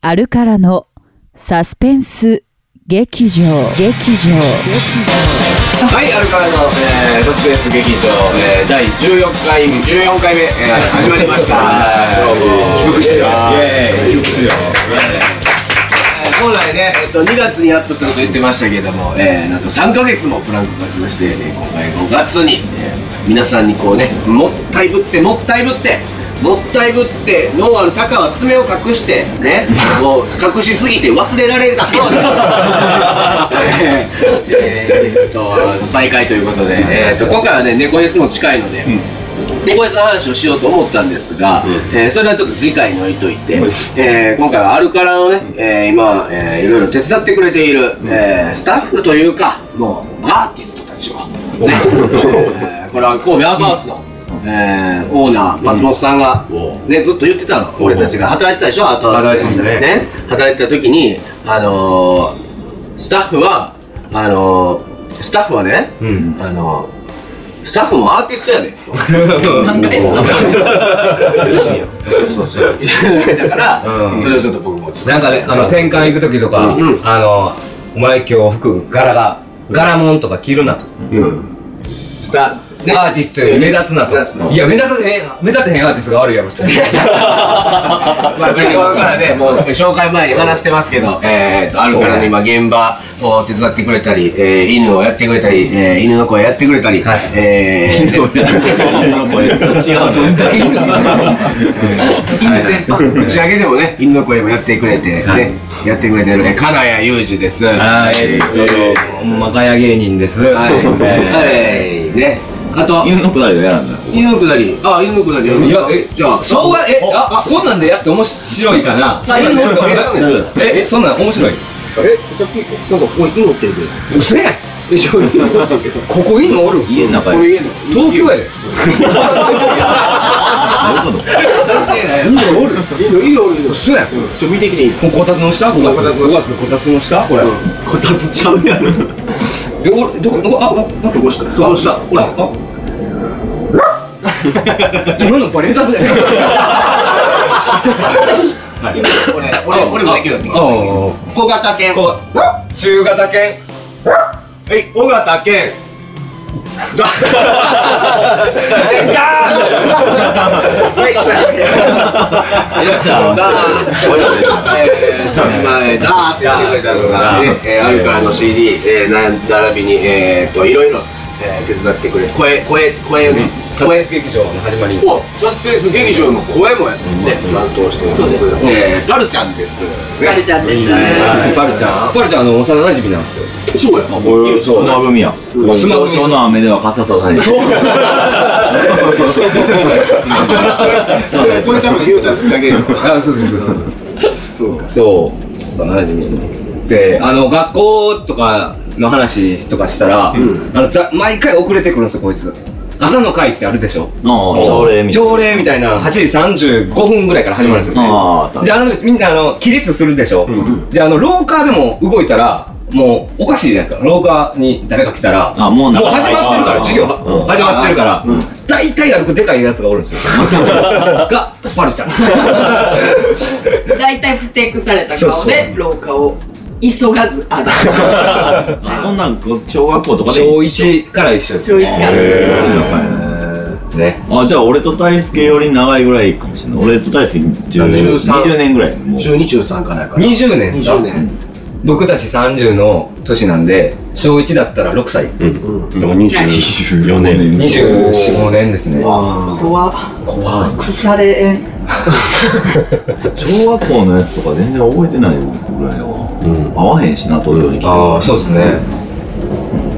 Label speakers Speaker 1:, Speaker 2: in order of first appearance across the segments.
Speaker 1: アルカラのサスペンス劇場劇場
Speaker 2: はい、アルカラの、えー、サスペンス劇場、えー、第14回、14回目、えー、始まりました。どうも。帰国してよ。帰国してよ。本来ね、えっと、2月にアップすると言ってましたけれども、えー、なんと3ヶ月もプランクが来まして、えー今回5月に、えー皆さんにこうね、もったいぶって、もったいぶって、もったいぶって、ノーアルタカは爪を隠して、ね、もう隠しすぎて忘れられたような、えーっと、再開ということで、えーっと、今回はね、猫フェスも近いので、猫フェスの話をしようと思ったんですが、えーそれはちょっと次回に置いといて、えー今回はアルカラのね、えー今、えーいろいろ手伝ってくれている、えースタッフというか、もうアーティストたちを、ねえーこれは神戸アートハウスの、えーオーナー松本さんが、ね、ずっと言ってたの俺たちが働いてたでしょアートハウスで
Speaker 3: 働いてましたね
Speaker 2: ね働いてた時に、あのースタッフはあのースタッフはね、
Speaker 3: うん
Speaker 2: あのースタッフもアーティストやで
Speaker 3: 何回も
Speaker 2: そうそうそう。だから、
Speaker 3: うん
Speaker 2: それをちょっと僕もちょっと
Speaker 3: なんかね、あの、転換行く時とか、
Speaker 2: うん
Speaker 3: あの、お前今日服柄が、柄もんとか着るなと。
Speaker 2: うん。スタね
Speaker 3: アーティストより目立つなと
Speaker 2: 目立つの。
Speaker 3: いや、目立たへん、目立てへんアーティストがあるやろ、普 通に。
Speaker 2: まあ、先ほどからね、もう紹介前に話してますけど、えーと、あるからの今、現場を手伝ってくれたり、えー犬をやってくれたり、えー犬の声やってくれたり、
Speaker 3: はい
Speaker 2: えー
Speaker 3: どんだけいいんですか
Speaker 2: 打ち上げでもね、犬の声もやってくれて、ねやってくれてる、えー金谷裕二です。
Speaker 3: はい、
Speaker 2: え
Speaker 3: え
Speaker 2: ーと
Speaker 3: っと、マカヤ芸人です。
Speaker 2: はい、
Speaker 3: え
Speaker 2: はい、ね。あと、
Speaker 4: 犬のくだりは嫌なんだよ
Speaker 2: 犬のくだり、あ、犬のくだりやる
Speaker 3: ー
Speaker 2: ん
Speaker 3: い
Speaker 2: です
Speaker 3: や
Speaker 2: か、
Speaker 3: え、
Speaker 2: じゃあ、
Speaker 3: そうは、え、
Speaker 2: あ
Speaker 3: あ、そんなんでやって面白いかな。
Speaker 2: あ犬のくだりやるんですか
Speaker 3: え、えそんなん面白い。
Speaker 2: え、さっき、なんかここに犬おってるけど。
Speaker 3: 嘘やん。
Speaker 2: え、ちょ、犬おってるけど。
Speaker 3: ここ犬おる
Speaker 4: 家の中
Speaker 2: こ
Speaker 4: で
Speaker 2: れ家
Speaker 4: どういう
Speaker 2: の。
Speaker 3: 東京やで。
Speaker 4: こと
Speaker 2: 犬おる犬、犬おる犬。
Speaker 3: 嘘やん。
Speaker 2: ちょ、見てきていい
Speaker 3: ここたつの下5月5月のこたつの下これ、
Speaker 2: こたつちゃうやろ。
Speaker 3: え俺どこどこあああ
Speaker 2: どこしたどこしたほら。
Speaker 3: あ あ今のバレたぜ
Speaker 2: 犬俺、俺、俺もできるよって
Speaker 3: ああああ
Speaker 2: 小型犬。
Speaker 3: こう中型犬
Speaker 2: え、小型犬。大したよね
Speaker 4: よっしゃ
Speaker 2: えー今えーダーって言ってくれたのが、ねえー、アルカラの CD、えー、な並びに、えー、といろいろ、えー手伝ってくれて声声声をね声
Speaker 3: 劇場の始まり
Speaker 2: おサスペンス劇場の声もやってね担当してますそうです、えー、ダルちゃんですダルちゃんです、は
Speaker 3: パルちゃんパルちゃんあの幼馴染なんですよ
Speaker 2: い、そうや
Speaker 4: 俺砂踏みや
Speaker 3: 踏み
Speaker 4: 少々の雨では傘ささないそう
Speaker 2: それこういうために言うただけで
Speaker 3: あそうそう
Speaker 2: そ
Speaker 3: そう
Speaker 2: うか
Speaker 3: そう幼馴染であの学校とかの話とかしたら、あのざ毎回遅れてくるんですよこいつ朝の会ってあるでしょ
Speaker 4: 朝礼みたい
Speaker 3: 朝礼みたいな8時35分ぐらいから始まるんですよ、
Speaker 4: ああ
Speaker 3: であのみんなあの起立するでしょ、であの廊下でも動いたらもうおかしいじゃないですか廊下に誰か来たら
Speaker 4: あもうなんか
Speaker 3: 始まってるから授業
Speaker 4: うん
Speaker 3: 始まってるから大体歩くでかいやつがおるん ですよがパルちゃん
Speaker 5: 大体ふてくされた顔で廊下を急がず 歩く
Speaker 4: なそんなんこ小学校とかで
Speaker 3: 小1から一緒です
Speaker 5: 小一から
Speaker 3: ね
Speaker 4: あじゃあ俺と大輔より長いぐらいかもしれない俺と大輔10年
Speaker 2: 13
Speaker 4: 20年ぐらいもう
Speaker 2: 中二中三からやから
Speaker 3: 20年ですか
Speaker 2: 20年
Speaker 3: 僕たち30の年なんで小1だったら6歳
Speaker 6: でも24年
Speaker 3: 245年ですね
Speaker 5: 怖怖い腐れ縁
Speaker 4: 小学校のやつとか全然覚えてないぐらいは合わへんしな東京に来て
Speaker 3: ああそうですね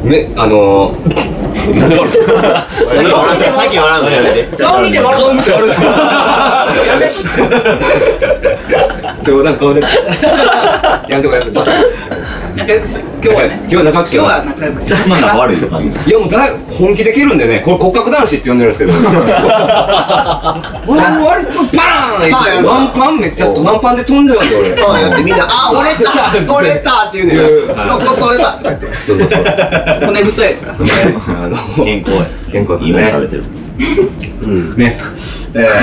Speaker 3: めあのー
Speaker 4: さっき笑うのやめて
Speaker 5: 顔見て笑うやめ
Speaker 3: 冗談顔でやめとこやめとこ
Speaker 5: 仲良くしよう今日はね
Speaker 3: 今日は仲良くしよう
Speaker 5: 今日は仲良くしよ
Speaker 4: そんなんか悪いとかね
Speaker 3: いやもうだい本気で蹴るんでねこれ骨格男子って呼んでるんですけど俺も割とバーン
Speaker 2: あやる
Speaker 3: ワンパンめっちゃワンパンで飛んでるんで俺
Speaker 2: そうやってみんな「あ折れた折れた」って言うねんな「肋骨折れた」とか言って
Speaker 3: そうそうそう
Speaker 5: う骨太やから
Speaker 3: あの
Speaker 4: 健康や
Speaker 3: 健康だね
Speaker 4: 今食べてる
Speaker 3: ね。
Speaker 2: えー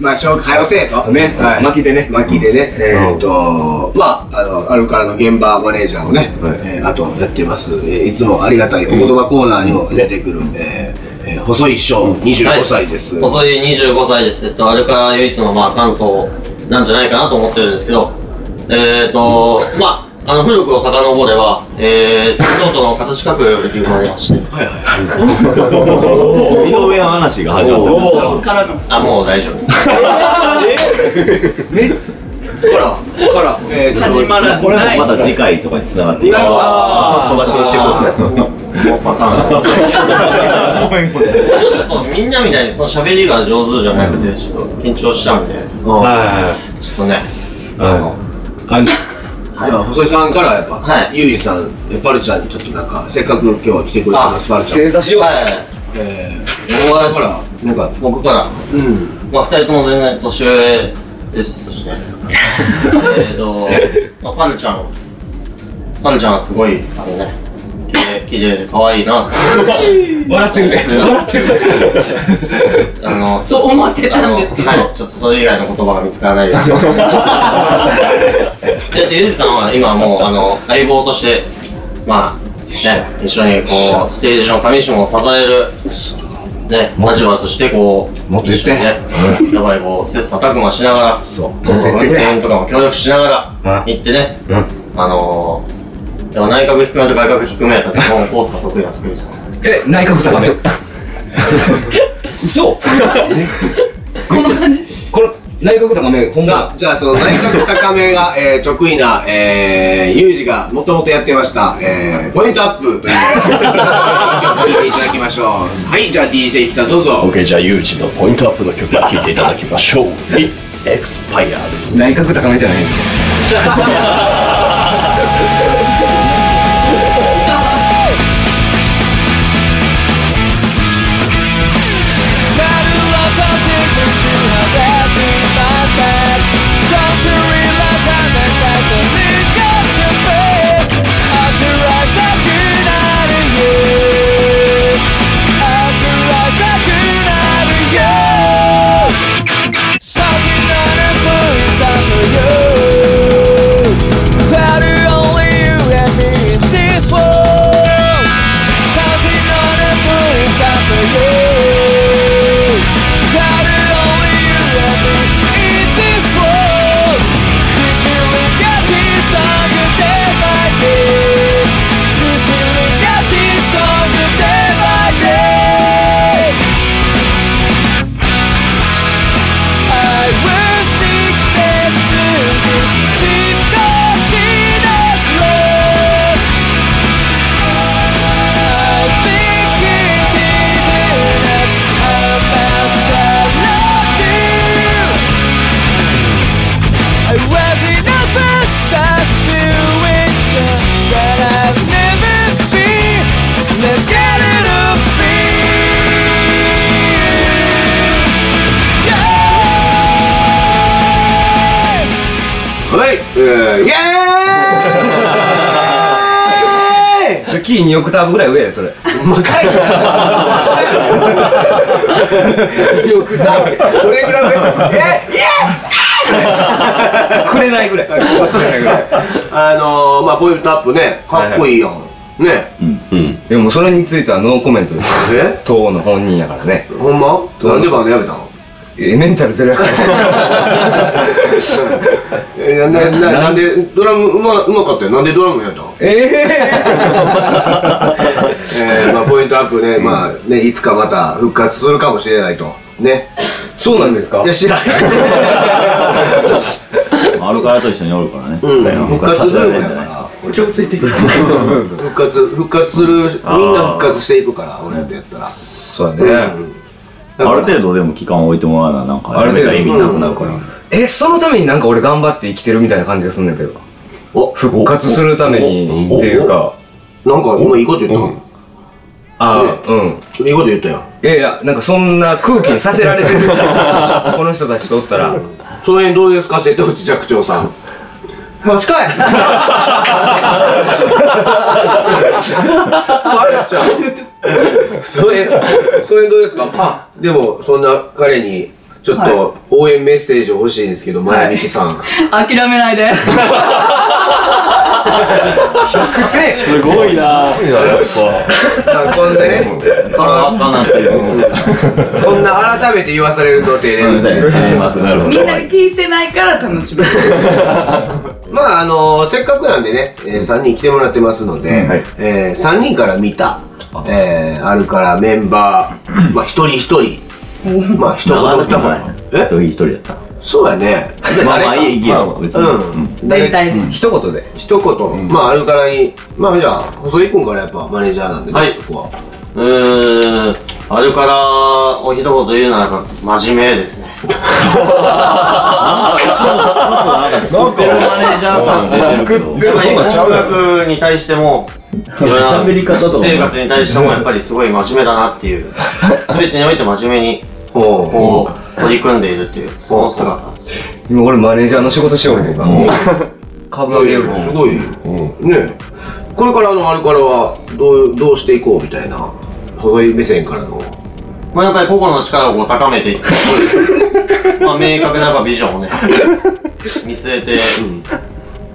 Speaker 2: まあ、紹介をせえと。
Speaker 3: ね
Speaker 2: はい
Speaker 3: 巻きでね
Speaker 2: 巻きでね。えーっと、まあ、あの、アルカラの現場マネージャーをね、
Speaker 3: はい
Speaker 2: えーあとやってます。えーいつもありがたいお言葉コーナーにも出てくる、えーえー細い章、25歳です。
Speaker 7: 細い25歳です。えっと、あれから唯一の、まあ、関東なんじゃないかなと思ってるんですけど、えっ、と、まあ、あの、古くを遡れば、えー、京都の葛飾区より生まれまし
Speaker 4: 井
Speaker 7: て、
Speaker 4: 上の話が始まったよ
Speaker 3: おー
Speaker 7: あ、もう大丈夫 です。
Speaker 2: ほら、ほら、えーっと
Speaker 5: 始まら
Speaker 4: これも
Speaker 5: ない。
Speaker 4: また次回とかに繋がっていく
Speaker 2: なるほど
Speaker 4: 飛ばしにしていこうかごめんごめん
Speaker 7: どうしてそう、みんなみたいにその喋りが上手じゃなくて、ちょっと緊張しちゃうんで、
Speaker 3: はい
Speaker 7: ちょっとね、
Speaker 3: はいはい。あの、
Speaker 2: じゃあ細井さんからやっぱ、
Speaker 7: はい
Speaker 2: ゆいさん、えパルちゃんにちょっとなんか、せっかく今日は来てくれてます、パルちゃん。
Speaker 3: 正座しよう。
Speaker 7: はい、
Speaker 2: えー、大ほら、なんか、
Speaker 7: 僕から、
Speaker 2: うん、
Speaker 7: まあ、二人とも全然年上ですしね。えっと、まあ、パンちゃん、パンちゃんはすごい、あのね、綺麗綺麗で可愛いなって
Speaker 3: 笑ってくれ。 笑ってくれ。
Speaker 7: あの、
Speaker 5: そう思ってたんですけど
Speaker 7: あのはい、ちょっとそれ以外の言葉が見つからな いですけど。で、でゆずさんは今もう、あの、相棒として、まあ、ね、一緒にこう、ステージの上下を支える、ね、立場としてこう、
Speaker 3: もっと言って
Speaker 7: 一緒にね、やばいこう、切磋琢磨しながら、
Speaker 3: そう。
Speaker 7: 運
Speaker 3: 持ってってくれ。
Speaker 7: 転とかも協力しながら
Speaker 3: うん
Speaker 7: 行ってね、
Speaker 3: うん。
Speaker 7: あのー、でも内角低めと外角低めやったら基本コースが得意なんですけどさ
Speaker 3: え、内閣高め。嘘
Speaker 5: こんな感じ。
Speaker 3: これ、内閣高め、ほん
Speaker 2: さ
Speaker 3: ま
Speaker 2: あ、じゃあその内角高めが、えー、得意な、えー、ユージがもともとやってました、えー、ポイントアップという曲を聴いていただきましょう。はい、じゃあ DJ 北どうぞ。
Speaker 6: OK じゃあユージのポイントアップの曲を聴いていただきましょう It's Expired
Speaker 3: 内閣高めじゃないですか。
Speaker 2: はい、えー、イエーイ
Speaker 3: キー2オクターブぐらい上やでそれ。
Speaker 2: 魔界 よくだどれぐらい上えイエーイ
Speaker 3: くれないぐらい。
Speaker 2: あのー、まあポイントアップねかっこいいやん、ね
Speaker 3: でもそれについてはノーコメントです。
Speaker 2: え
Speaker 3: 党の本人やからね。
Speaker 2: ほんまなんでバンドやめたの
Speaker 3: え、メンタルゼロやから。
Speaker 2: えななななんでドラムうまうまかったよなんでドラムやめたの
Speaker 3: ええ。
Speaker 2: えー、まあポイントアップね、まあねいつかまた復活するかもしれないとね
Speaker 3: そうなんですか
Speaker 2: いや知らん
Speaker 4: アルカラと一緒におるからね
Speaker 2: うん
Speaker 4: そうやな
Speaker 2: 復活ブームや
Speaker 4: じ
Speaker 2: か
Speaker 4: ゃないです
Speaker 2: ら俺強制的復活復活するみんな復活していくから俺らとやったら
Speaker 3: そうだね。
Speaker 2: だか
Speaker 4: ある
Speaker 2: ら
Speaker 4: 程度でも期間置いてもらわななんか
Speaker 3: ある程度
Speaker 4: やめた意味なくなるから
Speaker 3: え、そのためになんか俺頑張って生きてるみたいな感じがすんだけど。
Speaker 2: お
Speaker 3: 復活するためにっていうか。
Speaker 2: なんか今いいこと言ったの
Speaker 3: ああ、うん。
Speaker 2: いいこと言ったよ
Speaker 3: いやいや、なんかそんな空気にさせられてるこの人たちとおったら。
Speaker 2: その辺どうですか瀬戸内寂聴さん
Speaker 5: マジかい。
Speaker 2: あれちゃん それ、それどうですかあ、でも、そんな彼に、ちょっと、応援メッセージ欲しいんですけど、前みきさん。
Speaker 5: 諦めないで。
Speaker 6: すごいな
Speaker 4: すごいな、やっ
Speaker 2: まあこんなね、こ
Speaker 7: あ
Speaker 2: の
Speaker 7: かなっていう。
Speaker 2: こんな改めて言わされるとって、
Speaker 4: ぱ。なるほ
Speaker 5: みんなが聞いてないから楽しめる。
Speaker 2: まあ、あの、せっかくなんでね、えー3人来てもらってますので、
Speaker 4: はい
Speaker 2: えー3人から見た、えーあるからメンバー、まあ、一人一人、まあ、一言二言。え
Speaker 4: ど。一人やった。
Speaker 2: そうやね。
Speaker 4: まあまあ
Speaker 2: 誰か
Speaker 4: いい、いいよ、別
Speaker 2: う
Speaker 4: に。
Speaker 2: ん。
Speaker 5: 全
Speaker 2: 誰
Speaker 5: 体で。
Speaker 3: 一言で。
Speaker 2: 一言、まああるからにまあじゃあ細井君からやっぱマネージャーなんでね、
Speaker 7: はい
Speaker 2: ここは
Speaker 7: うーん、あれからお一言言うなら真面目ですね。
Speaker 4: なんか、マネージャー感作って
Speaker 7: でも
Speaker 4: そうなんちゃう
Speaker 7: 音
Speaker 4: や
Speaker 7: 楽に対しても、
Speaker 4: 喋り方とかも
Speaker 7: 私生活に対してもやっぱりすごい真面目だなっていう、すべてにおいて真面目に
Speaker 2: おう
Speaker 7: こう取り組んでいるっていう、その姿なんですよ。
Speaker 3: 今俺マネージャーの仕事しようね、今。株上げよう
Speaker 2: す
Speaker 3: ね。
Speaker 2: ごい、ねこれからのあるからはどうどうしていこうみたいな細井目線からの
Speaker 7: まあやっぱり個々の力をこう高めていって、まあ明確なやっぱビジョンをね、見据えて、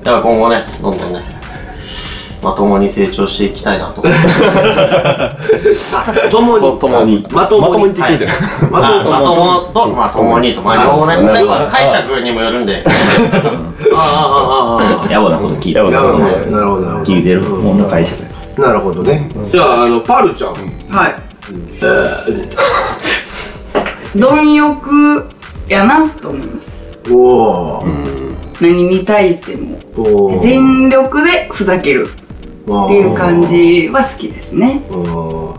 Speaker 7: だから今後ね、どんどんね、まともに成長していきたいなと。
Speaker 2: 共に
Speaker 6: と共に
Speaker 2: まともに
Speaker 7: はい、まあまともと、まあ、ともにと、まあ、両方ね、最後は解釈にもよるんで、
Speaker 2: ああああああああ
Speaker 4: やばなこと聞いた。
Speaker 2: なるほどねなるほどなるほど
Speaker 4: 聞いてるもんの会社で。
Speaker 2: なるほどね、じゃああのパルちゃん、
Speaker 5: はい。貪欲やなと思います。
Speaker 2: おお、
Speaker 5: 何に対しても
Speaker 2: おー
Speaker 5: 全力でふざけるっていう感じは好きですね。
Speaker 2: あー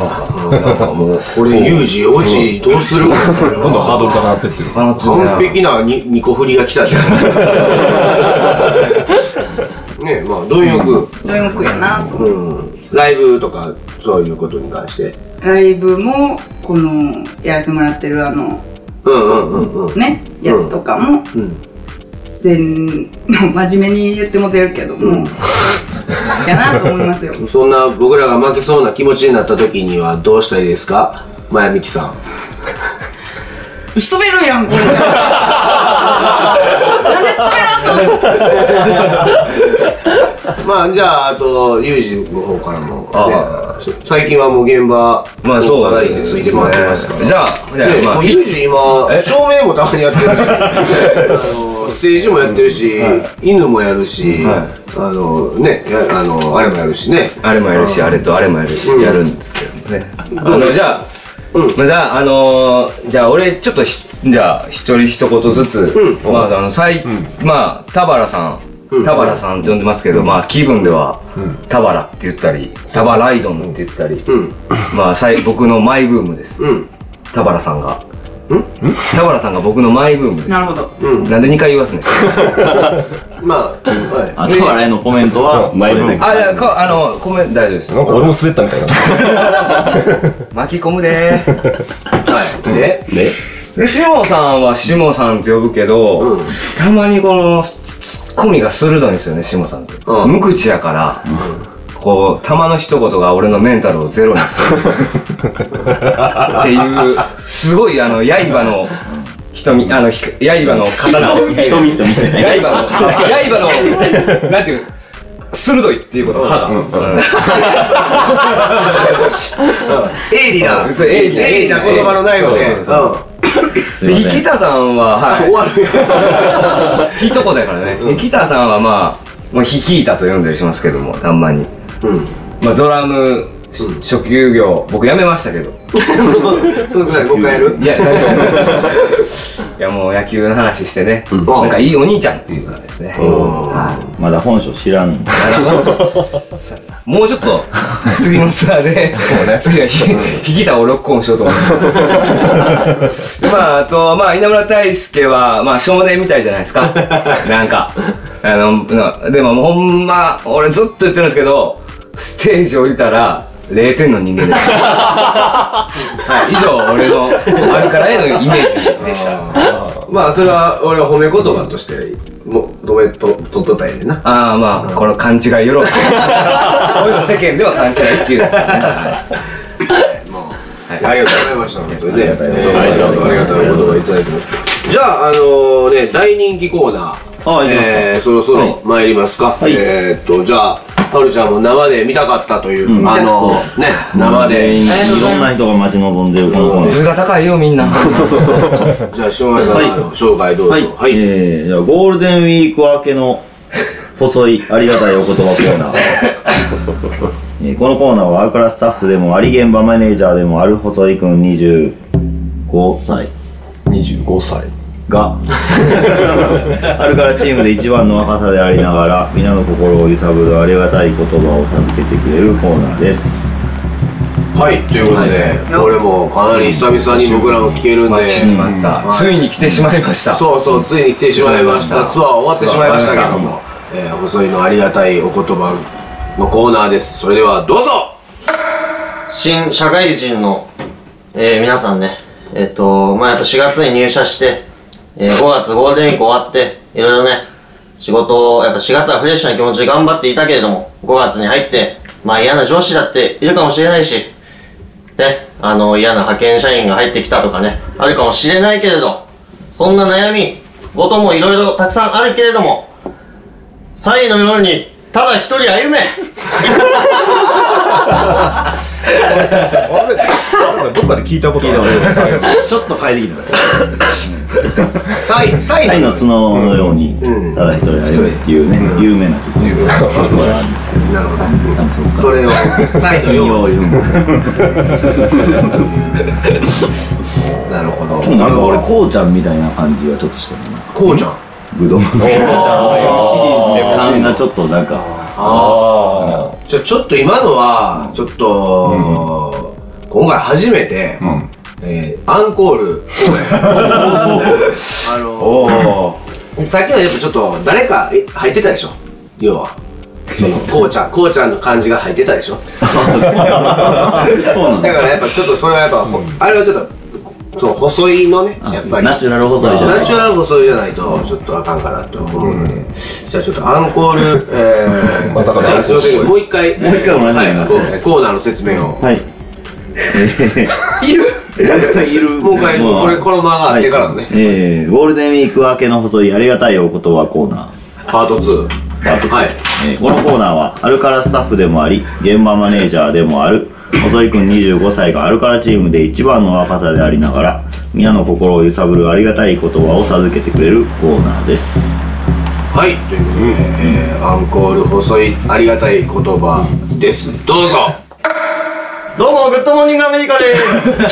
Speaker 2: あーなんかもうこれユージオチどうす るどんどんハードルが
Speaker 8: なってってる。
Speaker 2: 完璧なに2個振りが来たじゃ んねえまあ貪欲、
Speaker 5: 貪欲やなと思いま
Speaker 2: うん、ライブとかそういうことに関して
Speaker 5: す。ライブもこのやらせてもらってるあの
Speaker 2: うんうんうんうん
Speaker 5: ねやつとかも
Speaker 2: うん
Speaker 5: 全真面目に言っても出るけども、やなと思い ますよ。
Speaker 2: そんな僕らが負けそうな気持ちになった時にはどうしたらいいですか前みきさん
Speaker 5: 滑るやんこれ なんで滑らんの
Speaker 2: まあじゃああとユージの方からも、ね
Speaker 3: あ、
Speaker 2: 最近はもう現場
Speaker 3: まあそうだ
Speaker 2: だ
Speaker 3: ね
Speaker 2: についてもらってますから、
Speaker 3: じゃあ、じゃ
Speaker 2: ね、
Speaker 3: あ、ま
Speaker 2: も
Speaker 3: あ
Speaker 2: う、ユージ今、照明もたまにや ってるし、あのステージもやってるし、犬もやるし、
Speaker 3: はい
Speaker 2: あのね、やあのあれもやるしね。
Speaker 3: あれもやるし、あれとあれもやるし、やるんですけどもね。あの、じゃあ、まあじゃあ、あのー、じゃあ俺、ちょっとひ、じゃあ、一人一言ずつ、まあ、あの、最、まあ、田原さん、田原さんって呼んでますけど、まあ、気分では、田原って言ったり、田原ライドンって言ったり、
Speaker 2: うん、
Speaker 3: まあ、最、僕のマイブームです。
Speaker 2: うん、
Speaker 3: 田原さんが。田原さんが僕のマイブームです。
Speaker 5: なるほど。
Speaker 2: うん。
Speaker 3: なんで2回言わすねん。
Speaker 2: まあ、は
Speaker 4: あとは、あれのコメント は、
Speaker 6: マイブーム
Speaker 4: それで
Speaker 3: あ、いや、か、あの、ごめん、大丈夫です。
Speaker 8: なんか俺も滑ったみたいな。
Speaker 3: 巻き込むねー。
Speaker 2: い。はい。で、
Speaker 6: ね
Speaker 3: で、しもさんはしもさんって呼ぶけど、
Speaker 2: うん
Speaker 3: たまにこのツツッコミが鋭いんですよね、しもさんって。
Speaker 2: うん
Speaker 3: 無口やから、こう、たまの一言が俺のメンタルをゼロにする。っていう、すごいあの、刃の瞳、あの、ひ刃の刀を。
Speaker 4: 瞳と見てね。
Speaker 3: 刃の、刃の、なんていう、鋭いっていうこと、歯が。
Speaker 2: 鋭利な、
Speaker 3: そう鋭利な
Speaker 2: 鋭利な言葉のないよね。
Speaker 3: そうそうそう
Speaker 4: すい
Speaker 3: で
Speaker 4: ませ
Speaker 3: 生
Speaker 4: ん
Speaker 3: 田さんは、はい。
Speaker 2: うん。終わるよ。
Speaker 3: 一言やからね、キタさんはまあ、まあ、ヒキータと呼んだりしますけどもたんま
Speaker 2: う
Speaker 3: に、
Speaker 2: ん。
Speaker 3: まあ、ドラム、職業僕辞めましたけど
Speaker 2: そのくらい、もう一回やる
Speaker 3: いや大丈夫 いやもう野球の話してね、なんかいいお兄ちゃんっていうからですね、はい
Speaker 4: まだ本性知らん。
Speaker 3: もうちょっと次のツアーで次はひヒキタをロックオンしようと思いますまああとまあ稲村大輔はまあ少年みたいじゃないですかなんかあのなでももうほんま俺ずっと言ってるんですけどステージ降りたら0点の人間ですはい以上俺のあるからへのイメージでした
Speaker 2: まあそれは俺は褒め言葉としてもどめと取っとったんやでな
Speaker 3: ああまあ、この勘違い よろこういうの世間では勘違いっていうんですよね、はい
Speaker 2: ありがとうございました本当にねありがとうございます
Speaker 6: ありがとうございます
Speaker 2: ありがとうございますじゃああのね大人気コーナー
Speaker 4: あ行きますか
Speaker 2: えーそろそろ参りますか、
Speaker 4: い
Speaker 2: えーっとじゃあはるちゃんも生で見たかったという、あのね生で、
Speaker 4: いろんな人が待ち望んでるこのコーナー
Speaker 3: 図が高いよみんな
Speaker 2: じゃあ下村さん、
Speaker 4: はい
Speaker 2: あの紹介どうぞ
Speaker 4: はい、
Speaker 2: はい、
Speaker 4: えー、じゃあゴールデンウィーク明けの細いありがたいお言葉コーナー、えーこのコーナーはアルカラスタッフでもあり現場マネージャーでもある細井くん25歳
Speaker 6: 25歳
Speaker 4: がアルカラチームで一番の若さでありながら皆の心を揺さぶるありがたい言葉を授けてくれるコーナーです
Speaker 2: はい、ということで、これもかなり久々に僕らも聞けるんで
Speaker 3: 待ちに待った、ついに来てしまいました
Speaker 2: そうそう、ついに来てしまいました。ツアー終わってしまいましたけども、えー、細いのありがたいお言葉のコーナーです。それではどうぞ
Speaker 7: 新社会人の、えー皆さんね、えっ、と、まあ、やっぱ4月に入社して、え5月ゴールデンウィーク終わって、いろいろね、仕事を、やっぱ4月はフレッシュな気持ちで頑張っていたけれども、5月に入って、まあ嫌な上司だっているかもしれないし、ね、あの嫌な派遣社員が入ってきたとかね、あるかもしれないけれど、そんな悩み、こともいろいろたくさんあるけれども、サイのように、ただ一人歩め
Speaker 8: あれなんかどっかで聞いたことある
Speaker 4: ちょっと変えてきてます
Speaker 2: サイ、サイ
Speaker 4: 愛
Speaker 2: の
Speaker 4: の角のようにただ一人歩めっていうね有名な曲があるんですけど
Speaker 2: なるほ
Speaker 4: 多分そう
Speaker 2: ど。
Speaker 4: か
Speaker 2: それを、サイの
Speaker 4: 金
Speaker 2: よ
Speaker 4: 曜読む
Speaker 2: う。なるほど。
Speaker 4: なんか俺こうちゃんみたいな感じはちょっとしてるな
Speaker 2: こうちゃん。
Speaker 4: ブドウの感がちょっとなんか
Speaker 2: ああ。じゃあちょっと今のは、ちょっと、今回初めて、えー、アンコール 公演。あのさっきのやっぱちょっと誰かえ入ってたでしょ要は。そのこうちゃん、こうちゃんの感じが入ってたでしょ
Speaker 4: そうなん
Speaker 2: だ
Speaker 4: だ
Speaker 2: からやっぱちょっとそれはやっぱ、ほあれはちょっとその細いのねやっぱり
Speaker 4: ナチュラル細いじゃない
Speaker 2: ナチュラル細いじゃないとちょっとあかんかなと思うので、じゃあちょっとアンコール、えー、
Speaker 8: まさかの
Speaker 2: じゃあそういう時もう一回
Speaker 4: もう一回同じのやりますね
Speaker 2: はいココーナーの説明を
Speaker 4: はい
Speaker 2: いる
Speaker 4: いる
Speaker 2: もう一回
Speaker 4: まあ
Speaker 2: これこの間があってからのね、
Speaker 4: はいえー、ゴールデンウィーク明けの細いありがたいお言葉コーナー、
Speaker 2: パート2はい
Speaker 4: えーこのコーナーはアルカラスタッフでもあり現場マネージャーでもある細井くん25歳がアルカラチームで一番の若さでありながら皆の心を揺さぶるありがたい言葉を授けてくれるコーナーです
Speaker 2: はいということで、えーアンコール細いありがたい言葉ですどうぞ
Speaker 7: どうも、グッドモーニングアメリカです。
Speaker 3: 勢いで来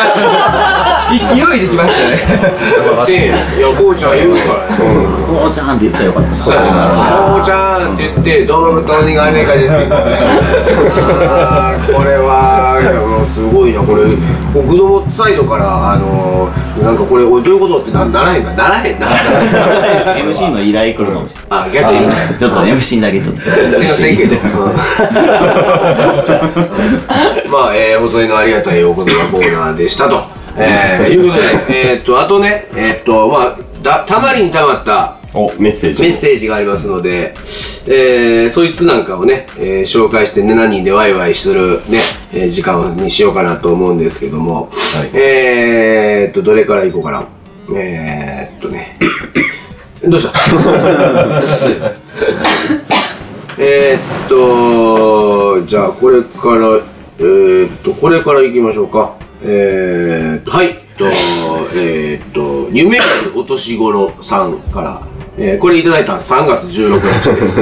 Speaker 3: ましたね勢いで来ましたね
Speaker 2: でいやこうちゃん言うからね
Speaker 4: こうちゃんって言ったらよかった
Speaker 2: そうやな、こうちゃんって言って、どの当人がアメリカですって言ったね。あーこれは、いやもうすごいな、これ、僕のサイトから、あのー、なんかこれ、おいどういうことってなならへんか、ならへんな。
Speaker 4: MC の依頼来るかもしれない
Speaker 2: あ、逆に。
Speaker 4: ちょっと MC だけちょっと
Speaker 2: すいませんけど。まあ、えー、細いのありがたいお言葉コーナーでしたと。えー、いうことで、えーっと、あとね、えーっと、まあ、だたまりにたまった、
Speaker 6: おメッセージ
Speaker 2: メッセージがありますので、えーそいつなんかをね、えー紹介して7人でワイワイするね、えー時間にしようかなと思うんですけども、えーっと、どれからいこうかな。えーっとね、どうしたえーっと、じゃあこれから、えーっと、これからいきましょうか。えーっと、はい。とえーっと、夢あるお年頃さんから、えーこれいただいたの3月16日です。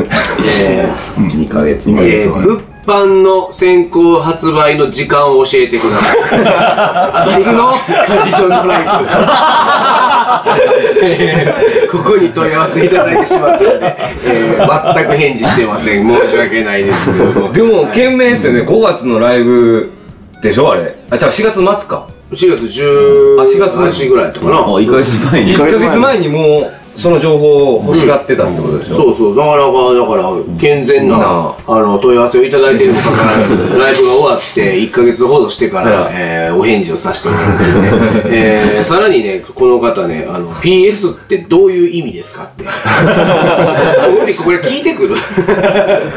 Speaker 2: えー
Speaker 4: 2ヶ月
Speaker 2: えー物販の先行発売の時間を教えてください。あ、そのカジソンドライブ。えーここに問い合わせいただいてしまってるんで、えー全く返事してません。申し訳ないですけども。
Speaker 3: でも懸命ですよね5月のライブでしょあれあじゃあ4月末か
Speaker 2: 4月10
Speaker 3: あ4月
Speaker 2: 日ぐらいだったかな。
Speaker 4: 1ヶ月前に
Speaker 3: 1ヶ月前にもうその情報を欲しがってたってことでしょ、
Speaker 2: そうそう、なかなか、だから、健全
Speaker 3: な
Speaker 2: な、あの、問い合わせをいただいてるにもかかわらず、ライブが終わって、1ヶ月ほどしてから、えーお返事をさせてもらってるね、えーさらにね、この方ね、あの、PS ってどういう意味ですかって。小栗これ聞いてくる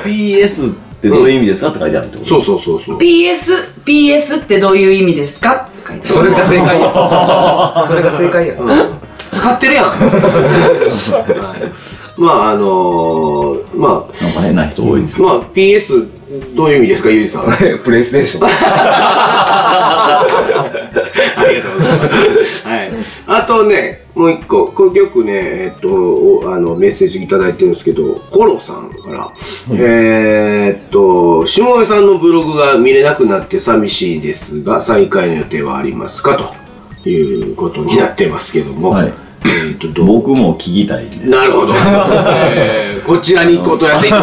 Speaker 4: PS ってどういう意味ですかって書いてあるってこと
Speaker 2: そうそうそうそう。
Speaker 5: PS、PS ってどういう意味ですかって書いてある
Speaker 3: それが正解や それが正解や、
Speaker 2: 使ってるやん、はい、まああのー、まあ
Speaker 4: なんか変な人多いです。
Speaker 2: まあ PS どういう意味ですかゆうじさんあ
Speaker 3: プレイステーション
Speaker 2: りがとうございます、はい、あとねもう一個これよくねえっとおあのメッセージいただいてるんですけどコロさんから、えーっと下江さんのブログが見れなくなって寂しいですが再開の予定はありますかということになってますけども、
Speaker 4: はい
Speaker 2: えーっとどう
Speaker 4: 僕も聞きたいです。
Speaker 2: なるほど、 えーこちらに行くことやせん申し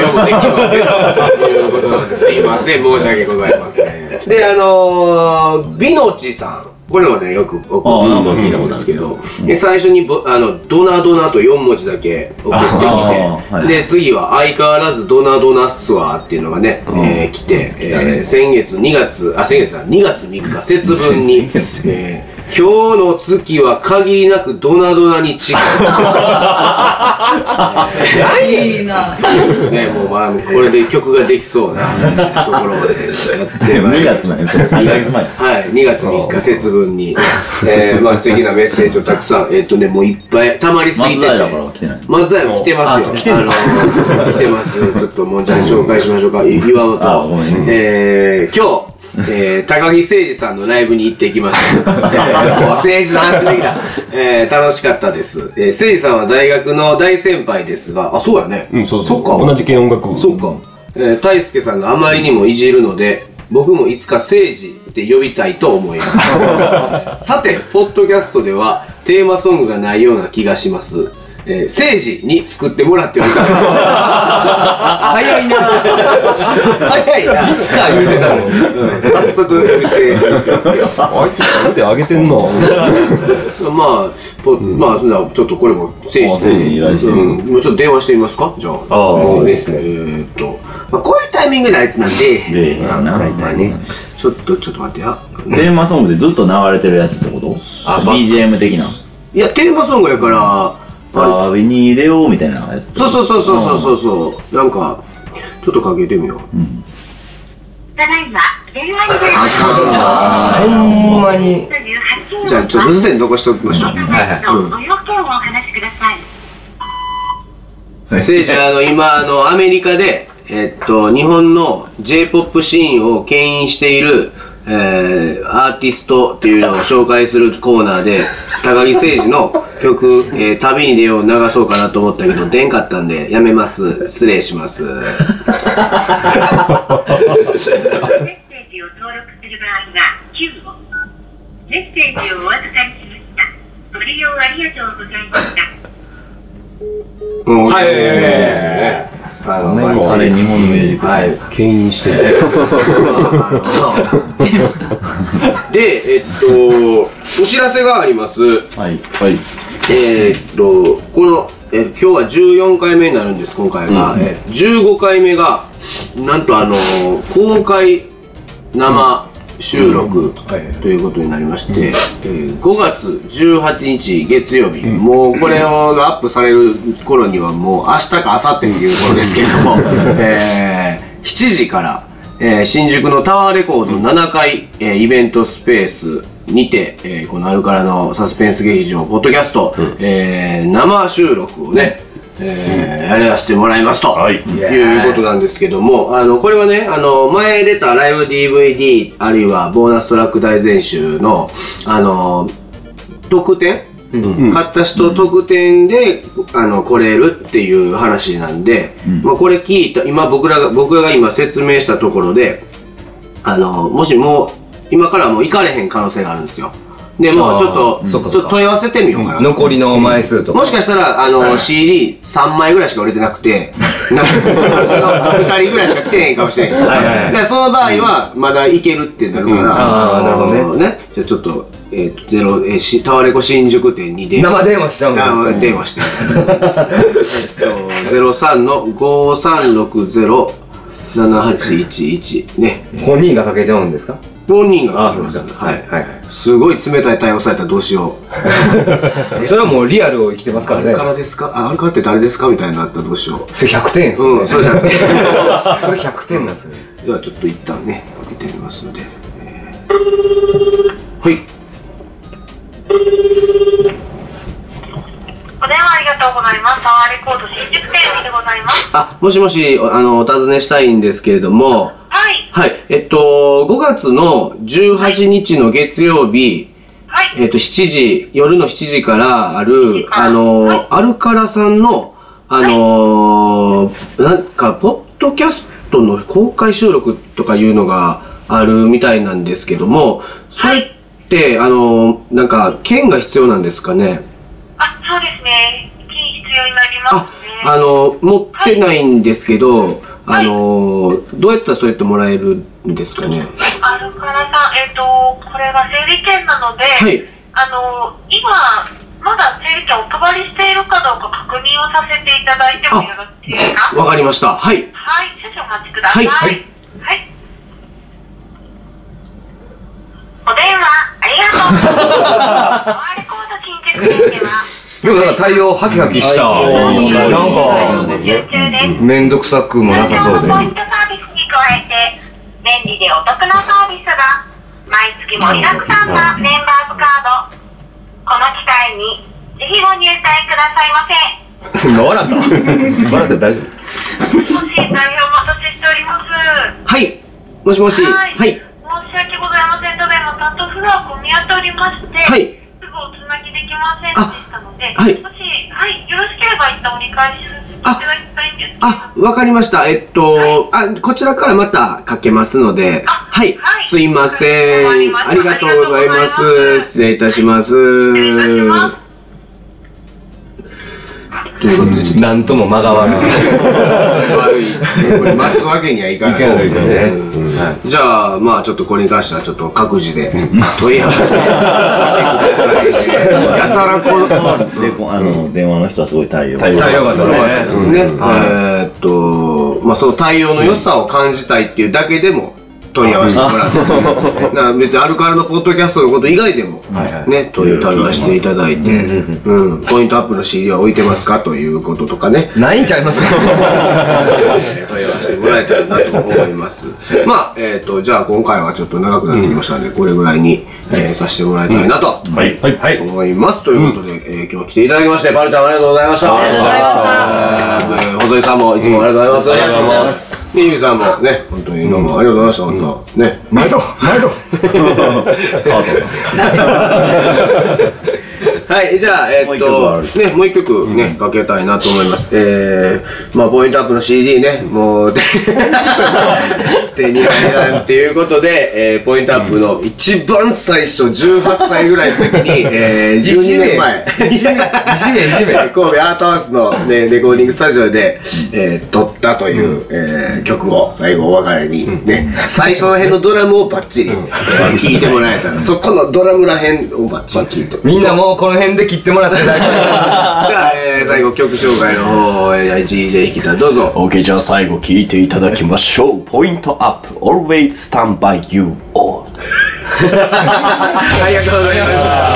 Speaker 2: 訳できませんということなんですすいません申し訳ございませんであのー、美のちさんこれもねよく僕
Speaker 4: ああなんか聞いた
Speaker 2: ん
Speaker 4: こと
Speaker 2: で
Speaker 4: あ
Speaker 2: す
Speaker 4: る
Speaker 2: けど、で最初にぼあの「ドナドナ」と4文字だけ送ってきて、
Speaker 4: ああはい
Speaker 2: で次は「相変わらずドナドナっすわ」っていうのがね、えー来て、えー先月2月あ先月だ2月3日節分 に「えー今日の月は限りなくドナドナに違う」
Speaker 5: いいな
Speaker 2: ね、もうまあこれで曲ができそうなところまでやってまい
Speaker 4: 2
Speaker 2: りま
Speaker 4: 月
Speaker 2: した
Speaker 4: なんですよ。3ヶ月前。
Speaker 2: はい、2月3日節分に、えー、まあ素敵なメッセージをたくさん、えっ、とね、もういっぱい溜まりすぎてて
Speaker 4: 松平からは来てない
Speaker 2: 松平も来てますよ
Speaker 4: あ来てんの
Speaker 2: の来てますちょっともんじゃに紹介しましょうか岩本
Speaker 4: あごめん
Speaker 2: えー、今日えー、高木誠二さんのライブに行ってき ました。えー、もう政治の話できた。えー、楽しかったです。えー、誠二さんは大学の大先輩ですが、あ、そうやね。
Speaker 6: うん、そうそう。
Speaker 2: そっか
Speaker 6: 同じ系音楽部。
Speaker 2: そうか。えー、大輔さんがあまりにもいじるので、僕もいつか政治って呼びたいと思 います。さて、ポッドキャストではテーマソングがないような気がします。えー、政治に作ってもらっております。
Speaker 3: 早いな
Speaker 2: 早いな。いつか言うてたの早速、うせしてますけど。
Speaker 6: あいつ腕上げてんな。
Speaker 2: まあ、ポまあ、そんなちょっとこれも政治
Speaker 4: あ誠治に依頼してる
Speaker 2: うん、もうちょっと電話してみますかじゃあ。
Speaker 3: ああ
Speaker 2: ですね。えーっと、まあ、こういうタイミングであいつなんで、
Speaker 4: 出えへんな
Speaker 2: まあまあね
Speaker 4: うん
Speaker 2: ちょっと、ちょっと待ってや。
Speaker 4: テーマソングでずっと流れてるやつってことあ、BGM 的な。
Speaker 2: いや、テーマソングやから、あ
Speaker 4: 旅に入れようみたいなやつ。
Speaker 2: れそうそうそうそうそうそう、うなんか、ちょっとかけてみよう。
Speaker 9: ただいま、電話に出まし
Speaker 3: ほんまに
Speaker 9: という発信音
Speaker 2: じゃあ、ちょっとずつで残しておきましょう。
Speaker 9: とご要件をお話しください。
Speaker 2: せいじゃあの今あのアメリカでえっと日本の J-POP シーンを牽引しているえー、アーティストっていうのを紹介するコーナーで高木誠二の曲「えー旅に出よう」流そうかなと思ったけど出んかったんでやめます失礼します
Speaker 9: メッセージを登録する場合は9を。メッセージをお預かりしました。ご利用ありがとうございました。
Speaker 2: はいえあの
Speaker 4: あれ日本のミュージック。
Speaker 2: はい
Speaker 6: 牽引してる。
Speaker 2: でえっとお知らせがあります
Speaker 4: はい。はい。
Speaker 2: えーっと、この、え今日は14回目になるんです、今回が。え15回目が、なんとあのー公開生収録ということになりまして、えー5月18日月曜日、もうこれをがアップされる頃にはもう明日か明後日っていう頃ですけれども、 えー7時から、えー新宿のタワーレコード7階、えーイベントスペースにて、えーこのアルカラのサスペンス劇場、ポッドキャスト、えー生収録をね、えーやらせてもらいますと、
Speaker 6: はい
Speaker 2: い、うことなんですけども、あの、これはね、あの、前出たライブ DVD、あるいはボーナストラック大全集の、あの、特典、買った人特典で、あの来れるっていう話なんで、まあ、これ聞いた今僕らが僕らが今説明したところであのもしもう今からもう行かれへん可能性があるんですよで、もうちょっと
Speaker 3: あ、ー
Speaker 2: ち
Speaker 3: そ
Speaker 2: ょ
Speaker 3: っ
Speaker 2: っ
Speaker 3: か
Speaker 2: と
Speaker 3: そっか
Speaker 2: 問い合わせてみようかな。
Speaker 3: 残りの枚数とか。
Speaker 2: もしかしたら、あの、CD3 枚ぐらいしか売れてなく て、なんか、2人ぐらいしか来てへんかもしれん。
Speaker 3: はいはいはい
Speaker 2: で、その場合は、まだいけるってなるから、
Speaker 3: あーなるほどね
Speaker 2: のね。じゃあちょっと、えーと、ゼロ、えーし、タワレコ新宿店に電
Speaker 3: 生電話しちゃうんですか
Speaker 2: 電話して。ゼロ三の五三六ゼロ七八一一ね。
Speaker 3: 本人がかけちゃうんですか
Speaker 2: 本人が
Speaker 3: ああ、
Speaker 2: 来
Speaker 3: そう
Speaker 2: て
Speaker 3: で
Speaker 2: ますす。
Speaker 3: か。
Speaker 2: は
Speaker 3: はい
Speaker 2: い。
Speaker 3: はいはい。
Speaker 2: すごい冷たい対応されたらどうしよ
Speaker 3: それはもうリアルを生きてます
Speaker 2: う。
Speaker 3: から
Speaker 2: あ
Speaker 3: ね
Speaker 2: れか。らですかああれからって誰ですかみたいになったらどうしよ
Speaker 3: それ100点です
Speaker 2: う。う
Speaker 3: よ
Speaker 2: ん、
Speaker 3: ね。
Speaker 2: そうじゃなくて。
Speaker 3: それ100点なんですよね。
Speaker 2: ではちょっと一旦ね、開けてみますので。えーはい。
Speaker 9: お電話ありがとうございます。タワーレコード新宿店でございます。
Speaker 2: あ、もしもし、おあの、お尋ねしたいんですけれども、
Speaker 9: はい。
Speaker 2: はい、えっと、5月の18日の月曜日、
Speaker 9: はい。
Speaker 2: えっと、7時、夜の7時からある、あの、アルカラさんの、あの、なんか、ポッドキャストの公開収録とかいうのがあるみたいなんですけども、それって、あの、なんか、券が必要なんですかね
Speaker 9: あ、そうですね。金必要になります
Speaker 2: あ、あ
Speaker 9: ね。
Speaker 2: の、持ってないんですけど、あの、どうやったらそれってもらえるんですかね
Speaker 9: アルカラさん、えっ、と、これは整理券なので、
Speaker 2: はい
Speaker 9: あの、今、まだ整理券お配りしているかどうか確認をさせていただいてもよろしいですか
Speaker 2: わかりました。はい。
Speaker 9: はい、少々お待ちください。
Speaker 2: は
Speaker 9: はいい。はい。お電話ありがとうござい ます。パワーレコード新宿店では、
Speaker 3: でもなんか対応ハキハキした。な
Speaker 5: は
Speaker 3: んか、
Speaker 9: 募集中です。
Speaker 3: めんどくさくもなさそう
Speaker 9: 通
Speaker 3: で。
Speaker 9: 常のポイントサービスに加えて、便利でお得なサービスが、毎月盛りだくさんなメンバーズカード。この機会に、ぜひご入会くださいませ。
Speaker 3: 今 笑った笑ったら大丈夫
Speaker 9: ご心配をお待たせしております。
Speaker 2: はい。もしもし。
Speaker 9: はい
Speaker 2: はい。
Speaker 9: 申し訳ございません。ただいま担当フロア混み合っておりまして、
Speaker 2: はい
Speaker 9: すぐおつなぎできませんでしたので、
Speaker 2: あはい
Speaker 9: もし、はい、よろしければ一旦折り返しさせていただきたいんですけれども
Speaker 2: あ、わかりました。えっと、あ、こちらからまたかけますので。
Speaker 9: あ
Speaker 2: はい。
Speaker 9: はい
Speaker 2: すいませ
Speaker 9: わかり
Speaker 2: ん。
Speaker 9: ました
Speaker 2: ありがとうございま
Speaker 9: ありがとうござ
Speaker 2: す。
Speaker 9: います
Speaker 2: 失礼いたします。
Speaker 9: 失礼いたします。
Speaker 2: ということで、ちょっ
Speaker 3: なんとも間が悪い
Speaker 2: と 悪い。これ待つわけにはいかない。
Speaker 3: ですよね
Speaker 2: じゃあ、まあちょっとこれに関してはちょっと各自で問い合わせ てみてください。やたらこの、
Speaker 4: でこあの電話の人はすごい対応
Speaker 3: 対応が良かったで
Speaker 2: ですす
Speaker 3: ね
Speaker 2: ね、
Speaker 3: は
Speaker 2: えーっと、まあ、その対応の良さを感じたいっていうだけでも問い合わせてもらって、だから別にアルカラのポッドキャストのこと以外でも、
Speaker 3: はいはい
Speaker 2: ね、問い合わせていただいて、うん、ポイントアップの CD は置いてますかということとかね、
Speaker 3: ないんちゃい ますか
Speaker 2: 問い合わせてもらえたらなと思います。 まあ、えーっと、じゃあ今回はちょっと長くなってきましたので、これぐらいに、えーさせてもらいたいなと
Speaker 6: はい。はい。はい。
Speaker 2: 思います。ということで、えー今日来ていただきまして、パルちゃんありがとうございました。
Speaker 5: ありがとうございました。
Speaker 2: えー、細井さんもいつもありがとうございます。
Speaker 7: ありがとうございます。
Speaker 2: ゆうさんもね、本当にどうもありがとうございました、本当。ね。
Speaker 6: 毎度、毎度。
Speaker 2: はい、じゃあ、え
Speaker 4: もう
Speaker 2: ーっ
Speaker 4: 一曲ある
Speaker 2: と、ね、もう一曲ね、かけたいなと思います。えー、まあ、ポイントアップの CD ね、もう、で手に入らんっていうことで、えー、ポイントアップの一番最初、18歳ぐらいの時に、えー、12年前。
Speaker 3: いじめいじめいじめ
Speaker 2: 神戸アートハウスの、ね、レコーディングスタジオで、えー撮ったという、えー曲を最後お別れに、ね、最初の辺のドラムをバッチリ聴いてもらえたら、そこのドラムら辺をバッチリ聴いて。
Speaker 3: みんなもうこの辺で切ってもらって 大丈
Speaker 2: じゃあ、えー最後曲紹介の方を、えー、DJ 引きたどうぞ。
Speaker 6: OK、じゃあ最後聞いていただきましょう。ポイントアップ。Always stand by you all.
Speaker 2: ありがとうございました。